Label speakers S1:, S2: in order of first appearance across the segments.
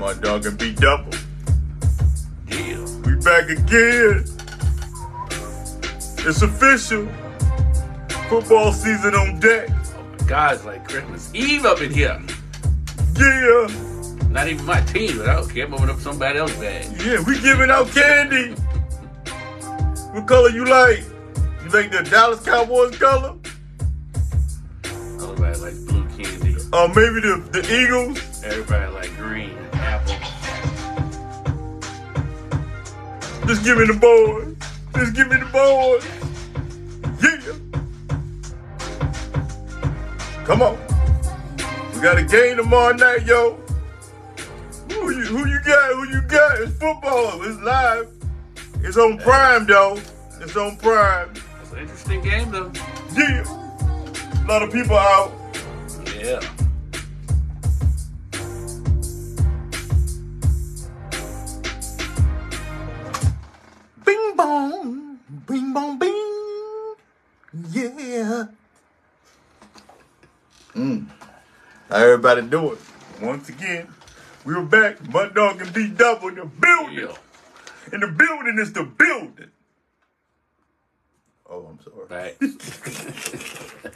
S1: hot dog and be double.
S2: Yeah.
S1: We back again. It's official. Football season on deck.
S2: Guys like Christmas Eve up in here.
S1: Yeah.
S2: Not even my team, but I don't care. Moving up somebody else's bag.
S1: Yeah, we giving out candy. What color you like? You like the Dallas Cowboys color?
S2: Everybody likes blue candy.
S1: Or maybe the, the Eagles?
S2: Everybody like green apple.
S1: Just give me the boys. Just give me the boys. Yeah. Come on. We got a game tomorrow night, yo. Who you, who you got? Who you got? It's football. It's live. It's on Prime, though. It's on Prime.
S2: It's an interesting game though.
S1: Yeah. A lot of people out.
S2: Yeah.
S1: Bing bong, bing bong, bing. Yeah. Mm. How everybody do it? Once again, we were back. Mud Dog and B Double in the building.
S2: Yeah.
S1: And the building is the building. Oh, I'm sorry.
S2: Right.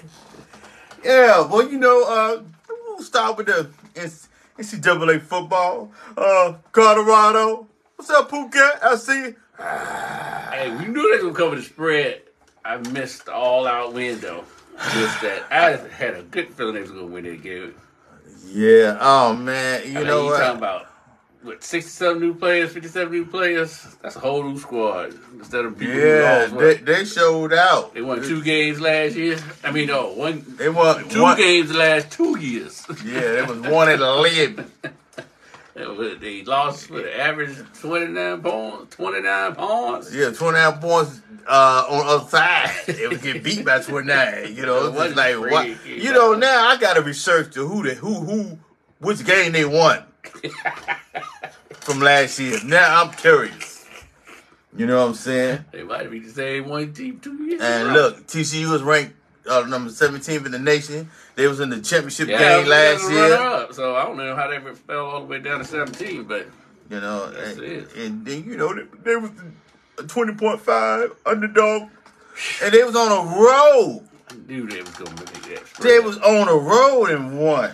S1: Yeah, well, you know, uh, we'll start with the N- NCAA football. Uh, Colorado. What's up, Phuket? I see.
S2: hey, we knew they was gonna cover the spread. I missed the all out window. Just that I had a good feeling they was gonna win that game.
S1: Yeah. Oh man. You
S2: You
S1: know
S2: know you
S1: what?
S2: talking about what sixty-seven new players, fifty-seven new players. That's a whole new squad instead of people.
S1: Yeah,
S2: who lost.
S1: they, they showed out.
S2: they won two games last year. I mean, no, one,
S1: They won
S2: two
S1: one.
S2: games the last two years.
S1: Yeah, it was one at eleven.
S2: they lost with an average twenty-nine points. Twenty-nine points.
S1: Yeah, twenty nine points uh, on the other side. It was get beat by twenty nine. You know,
S2: It
S1: it's just
S2: wasn't
S1: like
S2: free,
S1: what?
S2: you
S1: You
S2: know.
S1: know, now I gotta research to who the who who which game they won from last year. Now I'm curious. You know what I'm saying?
S2: They might be the same one team two years. in
S1: And
S2: a row.
S1: look, TCU was ranked uh, number 17th in the nation. They was in the championship
S2: Yeah,
S1: game
S2: they was
S1: last
S2: the
S1: year.
S2: runner-up, so I don't know how they fell all the way down to seventeen, but
S1: You know,
S2: That's
S1: and,
S2: it.
S1: and then you know they, they was a twenty point five underdog, and they was on a roll.
S2: I knew they was gonna make that. Spread.
S1: They was on a roll and won.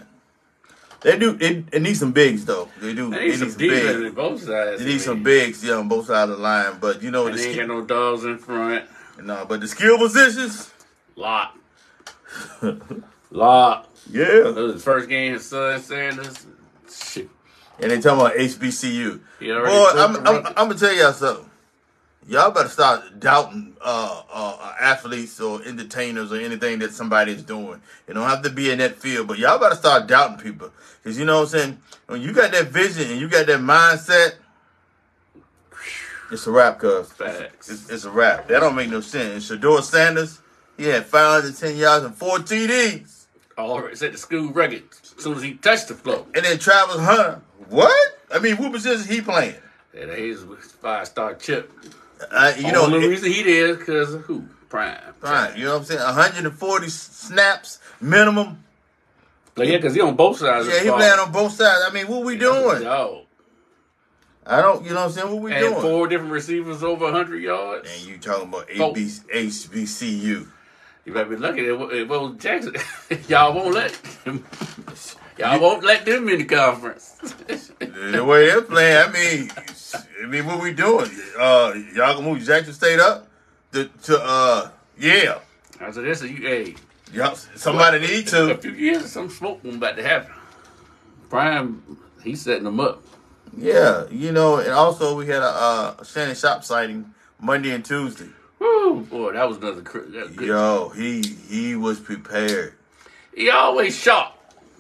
S1: They do. They, they need some bigs though. They do.
S2: They need some defense
S1: bigs.
S2: on both sides.
S1: They
S2: I
S1: need some
S2: mean.
S1: bigs, yeah, on both sides of the line. But you know,
S2: And
S1: the
S2: they ain't
S1: skill,
S2: got no dogs in front.
S1: nah, but the skill positions,
S2: Lot. Lot. That
S1: yeah.
S2: was his first game his son Sanders. Shit.
S1: And they talking about HBCU.
S2: He already
S1: Boy,
S2: broke
S1: I'm,
S2: the
S1: I'm,
S2: record.
S1: I'm gonna tell y'all something. Y'all better start doubting uh, uh, athletes or entertainers or anything that somebody's doing. It don't have to be in that field, but y'all better start doubting people. Cause you know what I'm saying. When you got that vision and you got that mindset, it's a wrap, cuz.
S2: Facts.
S1: It's, it's a wrap. That don't make no sense. And Shador Sanders, he had 510 yards and four TDs.
S2: Already set the school record as soon as he touched the floor.
S1: And then Travis Hunter, what? I mean, what position he playing?
S2: That is five star chip.
S1: Uh, you know,
S2: Only
S1: it-
S2: reason he did because of who? Prime.
S1: Right, you know what I'm saying? 140 snaps minimum.
S2: But yeah, because he on both sides.
S1: Yeah, he playing on both sides. I mean, what we doing?
S2: Yo.
S1: I don't, you know what I'm saying? What we
S2: And
S1: doing?
S2: four different receivers over 100 yards.
S1: and you talking about
S2: Four.
S1: HB, HBCU?
S2: You better be lucky that it was Jackson. Y'all won't let them. Y'all won't let them in the conference.
S1: the way they're playing, I mean, I mean, what we doing? Uh, y'all gonna move Jackson State up to, to uh, yeah,
S2: I said, this is you. Hey,
S1: y'all, somebody need
S2: a
S1: to.
S2: few years, some smoke was about to happen. Prime, he's setting them up.
S1: Yeah, you know, and also we had a uh, Shannon Shop sighting Monday and Tuesday.
S2: Woo, boy, that was another. cr- That was good.
S1: Yo, he he was prepared.
S2: He always sharp.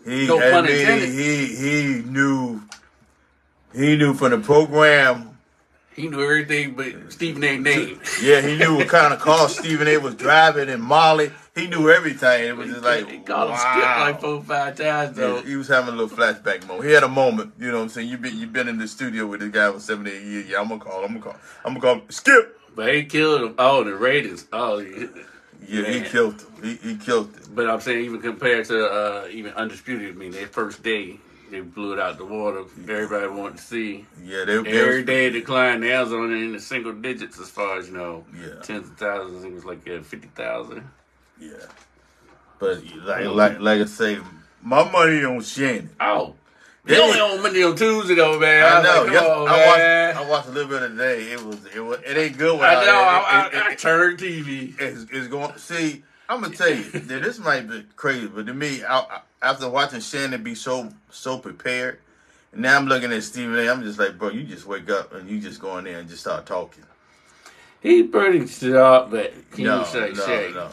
S1: He,
S2: No pun
S1: I mean,
S2: intended.
S1: he he knew he knew from the program.
S2: He knew everything, but Stephen ain't name.
S1: Yeah, he knew what kind of car Stephen A was driving and Molly. He knew everything. It was just like
S2: he called him skip
S1: wow.
S2: like four, five times
S1: Yeah,
S2: though.
S1: he was having a little flashback moment. He had a moment, you know what I'm saying? You've been you been in the studio with this guy for 78 years. Yeah, I'm gonna call, I'm gonna call, I'm gonna call him. Skip.
S2: But he killed them. Oh, the Raiders. Oh, he-
S1: Yeah, he
S2: Man.
S1: killed him. He, he killed him.
S2: but I'm saying even compared to uh, even undisputed. I mean, their first day, they blew it out the water. Everybody wanted to see.
S1: Yeah, they, they
S2: Every
S1: was,
S2: day it declined. Now it's only in the single digits as far as you know.
S1: Yeah.
S2: Tens of thousands. I think it was like yeah, fifty thousand.
S1: yeah. But like like like I say, my money on Shannon.
S2: Oh. They
S1: Yeah.
S2: only on Monday on Tuesday though, man.
S1: I
S2: was
S1: know.
S2: like,
S1: yes,
S2: come on,
S1: I
S2: man.
S1: watched. I watched a little bit of the day. It was. It was. It ain't good.
S2: I
S1: without
S2: know. I,
S1: it. It-
S2: I,
S1: it-
S2: I turned TV.
S1: it's, it's going. See, I'm gonna tell you. that this might be crazy, but to me, I, I, after watching Shannon be so so prepared, and now I'm looking at Stephen A. I'm just like, bro, you just wake up and you just go in there and just start talking.
S2: He pretty sharp, but he was like
S1: no,
S2: shake.
S1: no,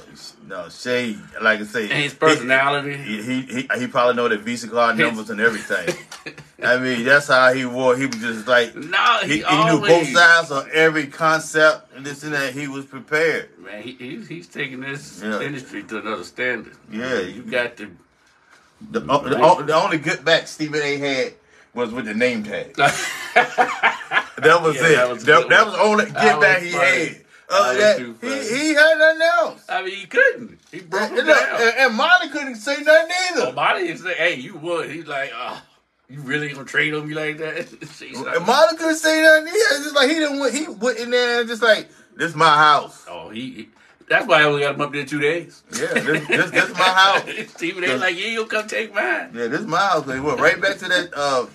S1: no, Shay. Like I say,
S2: And his personality.
S1: He, he he he probably know the Visa card
S2: His-
S1: numbers and everything. I mean, that's how he was. He was just like
S2: no, he,
S1: he, he knew
S2: always,
S1: both sides on every concept and this and that. He was prepared.
S2: Man, he, he's, he's taking this
S1: Yeah.
S2: industry to another standard.
S1: Yeah,
S2: you got to.
S1: The, o- the, o- the only good back Stephen A. had was with the name tag. That was
S2: Yeah,
S1: it.
S2: that
S1: That
S2: was
S1: was,
S2: a
S1: that,
S2: good
S1: was
S2: one.
S1: the only good
S2: That was
S1: back he
S2: funny.
S1: had. Other
S2: That
S1: than
S2: was too
S1: that,
S2: funny. Oh,
S1: he, he had nothing else.
S2: I mean, he couldn't. He broke
S1: And,
S2: him
S1: and,
S2: down.
S1: and, and Monty couldn't say nothing either.
S2: Body is like, "Hey, you would." He's like, "Oh, you really gonna trade on me like that?" She's like,
S1: And Monty couldn't say nothing either. It's just like he didn't. want- He went in there and just like, "This my house.
S2: "Oh, he." he that's why I only got him up there two days.
S1: Yeah, this this, this my house.
S2: Stephen ain't like, "Yeah, you come take mine."
S1: Yeah, this my house." They went right back to that uh,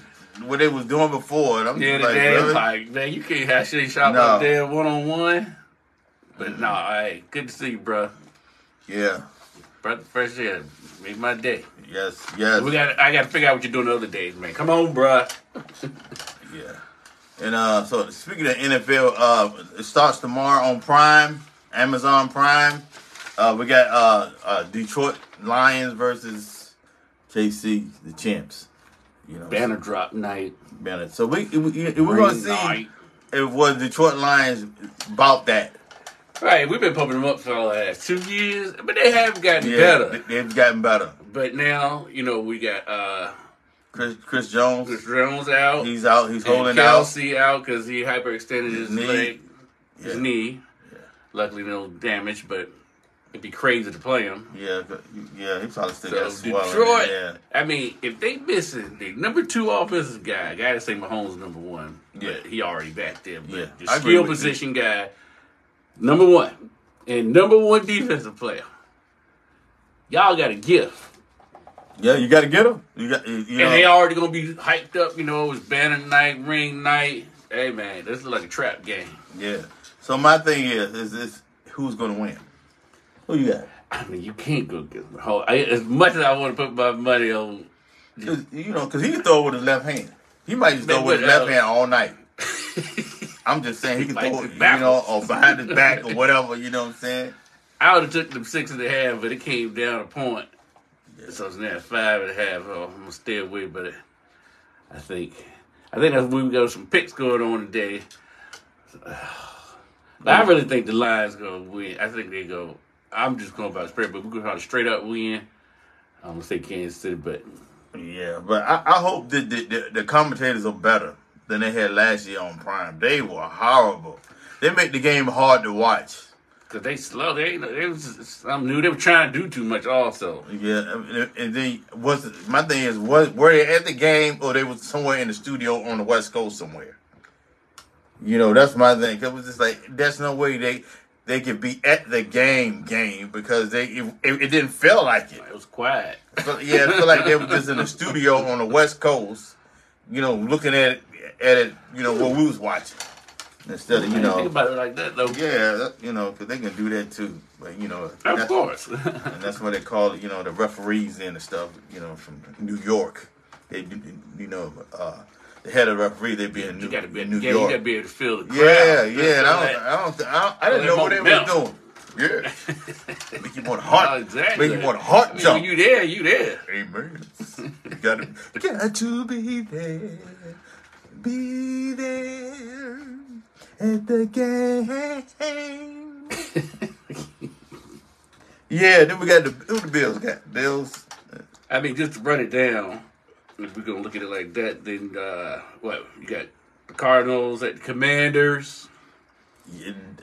S1: what they was doing before. And I'm
S2: Yeah,
S1: just
S2: the
S1: like,
S2: dad's
S1: really?
S2: like, man, you can't have shit shop
S1: No.
S2: up there one on one. But no, hey, good to see you, bro.
S1: yeah,
S2: Brother Fresh Air made my day.
S1: yes, yes.
S2: We got I gotta figure out what you're doing the other days, man. Come on, bruh.
S1: Yeah. And uh, so speaking of NFL, uh, it starts tomorrow on Prime, Amazon Prime. Uh, we got uh, uh, Detroit Lions versus KC, the champs. You know,
S2: Banner drop night.
S1: Banner. So we, we we're gonna
S2: Green
S1: see
S2: light.
S1: if what Detroit Lions about that.
S2: Right, we've been pumping them up for the last two years, but they have gotten better.
S1: they- they've gotten better.
S2: But now, you know, we got uh
S1: Chris Chris
S2: Chris
S1: Jones,
S2: Jones out.
S1: he's out. He's
S2: and
S1: holding
S2: Kelsey out because he hyperextended
S1: His
S2: his,
S1: knee.
S2: leg,
S1: out.
S2: his
S1: Yeah.
S2: knee. Luckily, no damage, but it'd be crazy to play him.
S1: Yeah, c- yeah, he probably still
S2: So
S1: got swelling.
S2: Detroit,
S1: Yeah,
S2: I mean, if they miss it, the number two offensive guy, I gotta say Mahomes number one.
S1: Yeah.
S2: But he already back there. But
S1: Yeah,
S2: the
S1: I agree
S2: skill
S1: with you.
S2: position guy, number one. And number one defensive player. Y'all got a gift.
S1: yeah, you got to get him. You got, you know,
S2: And they already gonna be hyped up, you know, it was banner night, ring night. Hey man, this is like a trap game.
S1: Yeah. So my thing is, is this who's gonna win? Who you got?
S2: I mean, you can't go get Mahomes. I, as much as I want to put my money on,
S1: 'Cause, you know, because he can throw with his left hand. He might just
S2: Man,
S1: throw with his
S2: what, uh,
S1: left hand all night. I'm just saying he can
S2: Like
S1: throw,
S2: the
S1: it, you
S2: backwards.
S1: know, or behind his back or whatever. You know what I'm saying?
S2: I would have took them six and a half, but it came down a point. So it's now five and a half. Oh, I'm gonna stay away, but I think I think that's where we got some picks going on today. But I really think the Lions gonna win. I think they go. I'm just going by the spread, but we're gonna try to straight up win. I'm gonna say Kansas City, but
S1: Yeah, but I, I hope that the, the, the commentators are better than they had last year on Prime. They were horrible. They make the game hard to watch.
S2: because they slow, they ain't. They was just, something new. They were trying to do too much. Also,
S1: Yeah, and- and then was my thing is was were they at the game or they was somewhere in the studio on the West Coast somewhere? You know, that's my thing. 'Cause It was just like that's no way they they could be at the game game because they it, it, it didn't feel like it.
S2: it was quiet.
S1: But yeah, it felt like they were just in the studio on the West Coast. You know, looking at it, at it. You know what we was watching instead of you
S2: think
S1: know.
S2: about it like that though.
S1: Yeah, that- you know, because they can do that too. But you know,
S2: Of
S1: that's-
S2: course.
S1: and that's what they call it, you know, the referees and the stuff, you know, from New York. They, do- you know, uh, the head of the referee, they be in New,
S2: You gotta be,
S1: in New
S2: yeah,
S1: York.
S2: you gotta be able to feel the crowd.
S1: yeah,
S2: Feel
S1: yeah. And I
S2: that-
S1: don't, I don't, th- I, don't, I didn't
S2: Feel
S1: know what
S2: that
S1: they was doing. Yeah, make you want a
S2: Oh,
S1: heart,
S2: exactly.
S1: make you want a heart
S2: I mean,
S1: jump.
S2: when you there, you there.
S1: Amen. You gotta, got to be there, be there at the game. yeah, then we got the who the Bills got Bills.
S2: I mean, just to run it down, if we're gonna look at it like that, then uh, what you got? The Cardinals at the Commanders.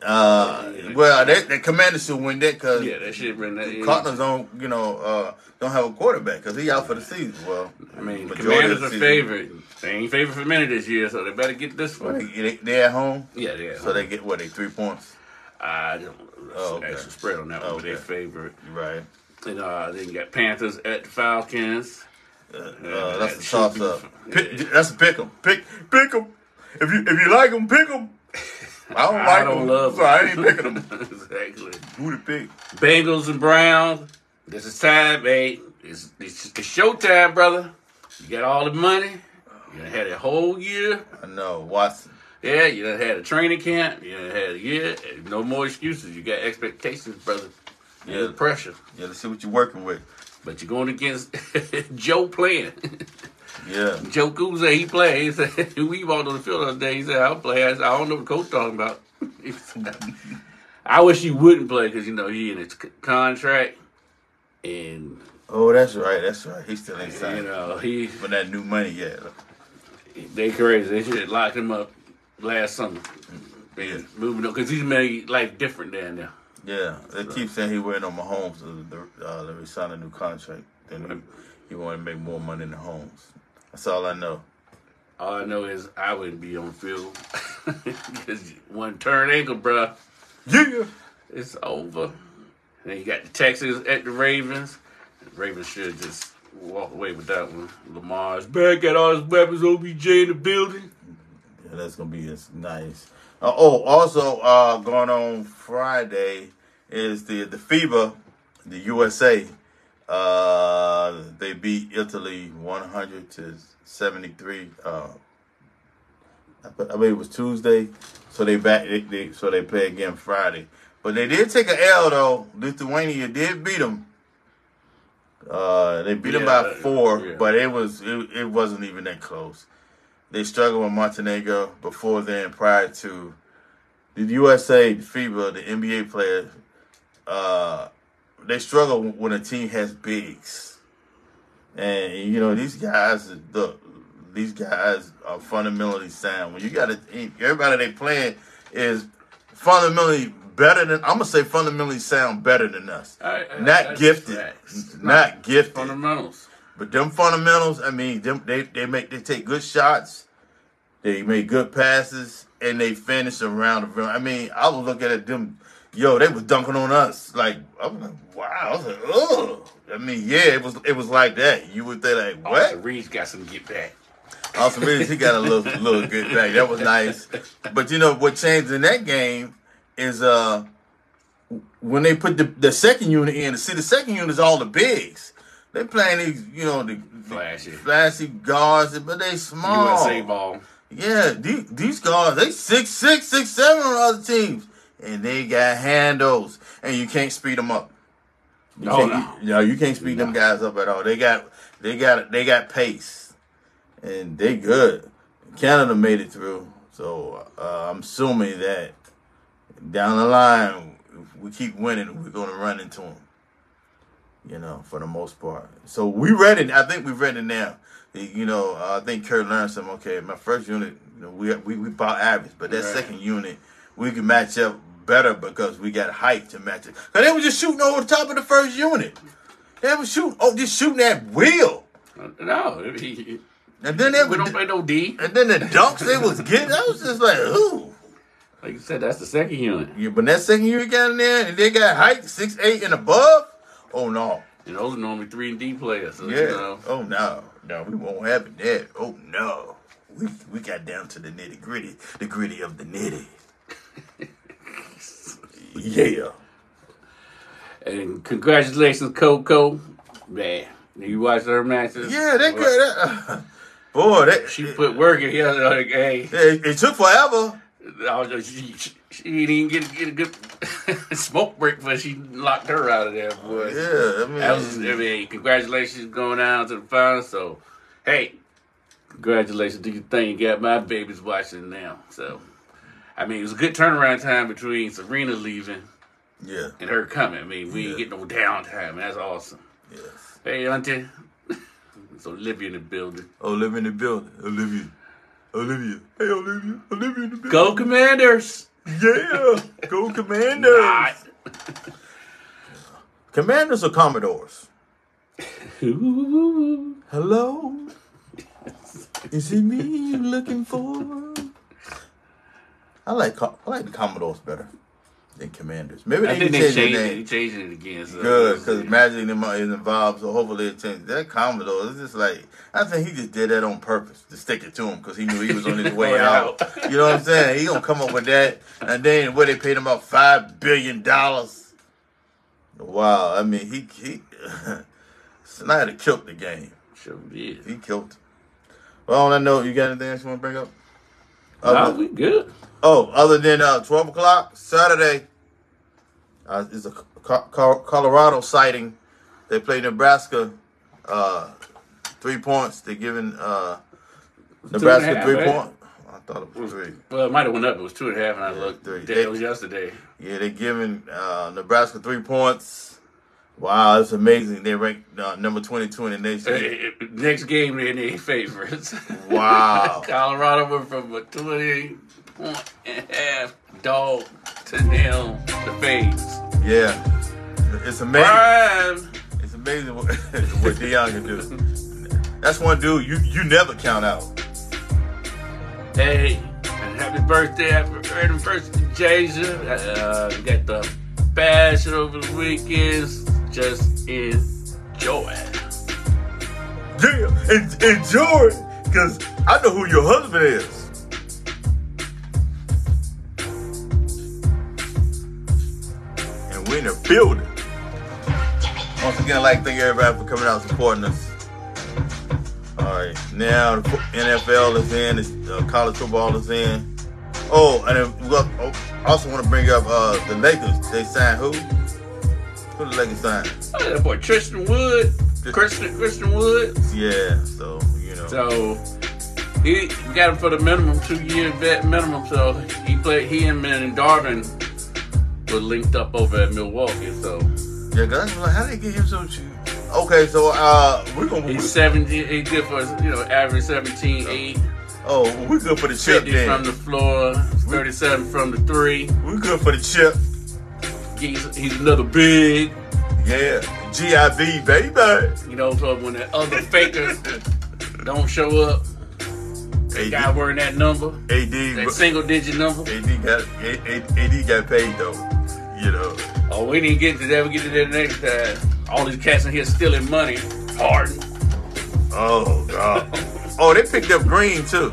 S1: Uh,
S2: Yeah.
S1: well, they, the Commanders should win that because
S2: Yeah, that shit bring that. in.
S1: Cardinals don't, you know, uh, don't have a quarterback because he out for the season. Well,
S2: I mean,
S1: majority
S2: Commanders
S1: of
S2: are
S1: the season.
S2: favorite. They ain't favorite for many this year, so they better get this one.
S1: They, they- they at home,
S2: Yeah, they are.
S1: so they get what they three points.
S2: I don't know the
S1: Oh, okay.
S2: actual spread on that one,
S1: Oh,
S2: but they
S1: okay.
S2: favorite.
S1: Right.
S2: And uh, then you got Panthers at the Falcons.
S1: Uh, uh,
S2: Yeah,
S1: that's
S2: that
S1: the
S2: should
S1: toss
S2: be
S1: up.
S2: fun.
S1: Pick,
S2: Yeah.
S1: That's a pick 'em. Pick pick 'em. If you if you like 'em, pick 'em. I don't
S2: I
S1: like
S2: don't
S1: 'em,
S2: love
S1: so I ain't picking 'em.
S2: exactly.
S1: Who to pick?
S2: Bengals and Browns. This is time, hey. It's, it's, it's showtime, brother. You got all the money. You done had a whole year.
S1: I know Watson.
S2: Yeah, you done had a training camp. You done had a year. No more excuses. You got expectations, brother. Yeah,
S1: Yeah.
S2: the pressure.
S1: Yeah, let's see what you're working with.
S2: But you're going against Joe playing.
S1: Yeah,
S2: Joe Cool said he played. He said we walked on the field the other day. He said I'll play. I, said, I don't know what the coach talking about. He said, I wish he wouldn't play because you know he in his c- contract, and
S1: Oh, that's right. That's right. He still ain't
S2: you
S1: signed
S2: know he
S1: for that new money yet.
S2: they crazy. They should have locked him up last summer.
S1: Yeah.
S2: And moving on because he's made life different down there.
S1: Yeah, they keep saying he waiting on Mahomes to uh, to sign a new contract. Then he, he want to make more money than Mahomes. That's all I know.
S2: All I know is I wouldn't be on the field because one turn ankle, bruh.
S1: Yeah.
S2: It's over. Then you got the Texans at the Ravens. The Ravens should just walk away with that one. Lamar's back, got all his weapons. OBJ in the building.
S1: Yeah, that's gonna be it's nice. Uh, oh, also uh, going on Friday is the the FIBA, the USA. Uh, they beat Italy one hundred to seventy three. Uh, I be- I believe it was Tuesday, so they back. They, they, so they play again Friday. But they did take a L though. Lithuania did beat them. Uh, they beat them by
S2: Yeah,
S1: four,
S2: yeah.
S1: but it was it, it wasn't even that close. They struggled with Montenegro before then. Prior to the USA, FIBA, the NBA players, uh, they struggle when a team has bigs. And you know these guys, the these guys are fundamentally sound. When you got to, everybody they playing is fundamentally better than. I'm gonna say fundamentally sound better than us.
S2: I- I-
S1: not
S2: that's
S1: gifted,
S2: facts.
S1: n- not gifted.
S2: Fundamentals.
S1: But them fundamentals, I mean, them they, they make they take good shots, they make good passes, and they finish around the rim. I mean, I was looking at them, yo, they was dunking on us. Like I'm like, wow. I was like, oh. I mean, yeah, it was it was like that. You would think like,
S2: Austin
S1: what?
S2: Reed's got some get back.
S1: Austin Reeves, he got a little little good back. That was nice. But you know what changed in that game is uh when they put the, the second unit in. See, the second unit is all the bigs. They playing these, you know, the
S2: Flashy.
S1: flashy guards, but they small.
S2: USA ball.
S1: Yeah, these, these guards, they six six, six seven on other teams, and they got handles, and you can't speed them up. You
S2: No,
S1: can't-
S2: Oh, no.
S1: you- no, you can't speed them
S2: No.
S1: guys up at all. They got, they got, they got pace, and they good. Canada made it through, so uh, I'm assuming that down the line, if we keep winning, we're gonna run into them. You know, for the most part. So we ready. I think we ready now. You know, uh, I think Kurt learned something. Okay, my first unit, you know, we we we about average, but that
S2: Right.
S1: second unit, we can match up better because we got height to match it. Cause they were just shooting over the top of the first unit. They were shooting. Oh, just shooting at will.
S2: No, he-
S1: And then they
S2: we
S1: were,
S2: don't play no D.
S1: and then the dunks they was getting. I was just like, ooh.
S2: Like you said, that's the second unit.
S1: Yeah, but that second year he got in there, and they got height six eight and above. Oh no,
S2: And those are normally three and D players. So,
S1: yeah,
S2: You know,
S1: oh no, no, we won't have it there. Oh no, we we got down to the nitty gritty, the gritty of the nitty. yeah,
S2: and congratulations, Coco. Man, you watched her matches.
S1: yeah, that girl, that, boy, that
S2: She
S1: it-
S2: put work in here. Like, hey,
S1: it, it took forever.
S2: I was just, she, she, she didn't get, get a good smoke break, but she locked her out of there, boy.
S1: Yeah, I mean,
S2: That was, I mean, congratulations going down to the final. So, hey, congratulations to you. Thing got my babies watching now. So, I mean, it was a good turnaround time between Serena leaving
S1: yeah,
S2: and her coming. I mean, we ain't
S1: Yeah.
S2: get no downtime, and that's awesome.
S1: yes.
S2: Hey, Auntie. it's Olivia in the building.
S1: Oh, Olivia in the building, Olivia, Olivia, hey Olivia, Olivia in the building.
S2: Go, Commanders!
S1: Yeah, go Commanders.
S2: Not.
S1: Commanders or Commodores?
S2: Ooh.
S1: Hello? Is it me you looking for? I like Co- I like the Commodores better than Commanders. Maybe
S2: I
S1: they
S2: think
S1: can
S2: they
S1: change their
S2: changed it. They
S1: name.
S2: changed it again. So
S1: Good, because Magic them is involved, so hopefully it changes. That Commodore is just like I think he just did that on purpose to stick it to him because he knew he was on his way
S2: Way
S1: out.
S2: out.
S1: You know what I'm saying? He gonna come up with that, and then what they paid him about five billion dollars. Wow, I mean he he Snyder killed the game.
S2: sure did.
S1: He killed. it. Well, on that note, you got anything else you want to bring up?
S2: Nah,
S1: Other-
S2: we good.
S1: Oh, other than uh, 12 o'clock Saturday, uh, is a Co- Co- Colorado sighting. They play Nebraska. Uh, three points. They're giving uh, Nebraska
S2: half,
S1: three
S2: eh?
S1: points. I thought it was three.
S2: Well, it might have went up. It was two and a half, and I looked.
S1: three.
S2: That was yesterday.
S1: Yeah, they're giving uh, Nebraska three points. Wow, it's amazing. They ranked uh, number 22 in the nation.
S2: Eh, eh, Next game, they're their favorites.
S1: Wow.
S2: Colorado went from a 20 point and a half dog to now the Faves.
S1: Yeah. It's amazing.
S2: Prime.
S1: It's amazing what, what Deion can do. That's one dude you, you never count out.
S2: Hey, and happy birthday, happy anniversary, Jason. Uh, you got the passion over the weekends. Just enjoy.
S1: Yeah, and enjoy it, cause I know who your husband is. And we're in the building. Once again, I'd like to thank everybody for coming out and supporting us. Alright, now the NFL is in, it's, uh, college football is in. Oh, and then we got- oh, I also want to bring up uh, the Lakers. They signed who? Who the Lakers signed?
S2: Oh, that boy Tristan Wood, Christian Christian Wood.
S1: Yeah, so, you know.
S2: So he we got him for the minimum two year vet minimum. So he played. He and and Darvin were linked up over at Milwaukee. So
S1: Yeah, cause I was like, how did they get him so cheap? Okay, so uh, we're gonna
S2: he's seventeen. He good for you know average 17, 8,
S1: oh, we're good for the chip
S2: 50 from
S1: then.
S2: the floor, thirty seven from the three.
S1: we're good for the chip.
S2: He's, he's another big.
S1: Yeah, GIB baby.
S2: You know, so when the other fakers don't show up, the guy
S1: AD,
S2: wearing that number,
S1: AD,
S2: that single digit number.
S1: AD got A- A- AD got paid though. You know,
S2: Oh, we didn't get to that. We get to that next time. All these cats in here stealing money. Harden.
S1: oh god. oh, they picked up Green too.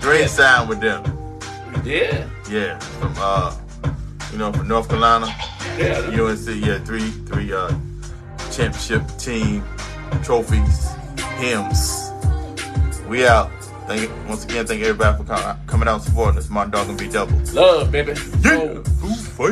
S1: Green signed with them.
S2: Yeah.
S1: Yeah, from uh, you know, from North Carolina.
S2: Yeah.
S1: UNC, yeah, three three uh championship team trophies, hymns. We out. Thank once again. Thank everybody for com- coming out and supporting us. My dog gonna be double.
S2: Love, baby. Oh.
S1: Who's fighting?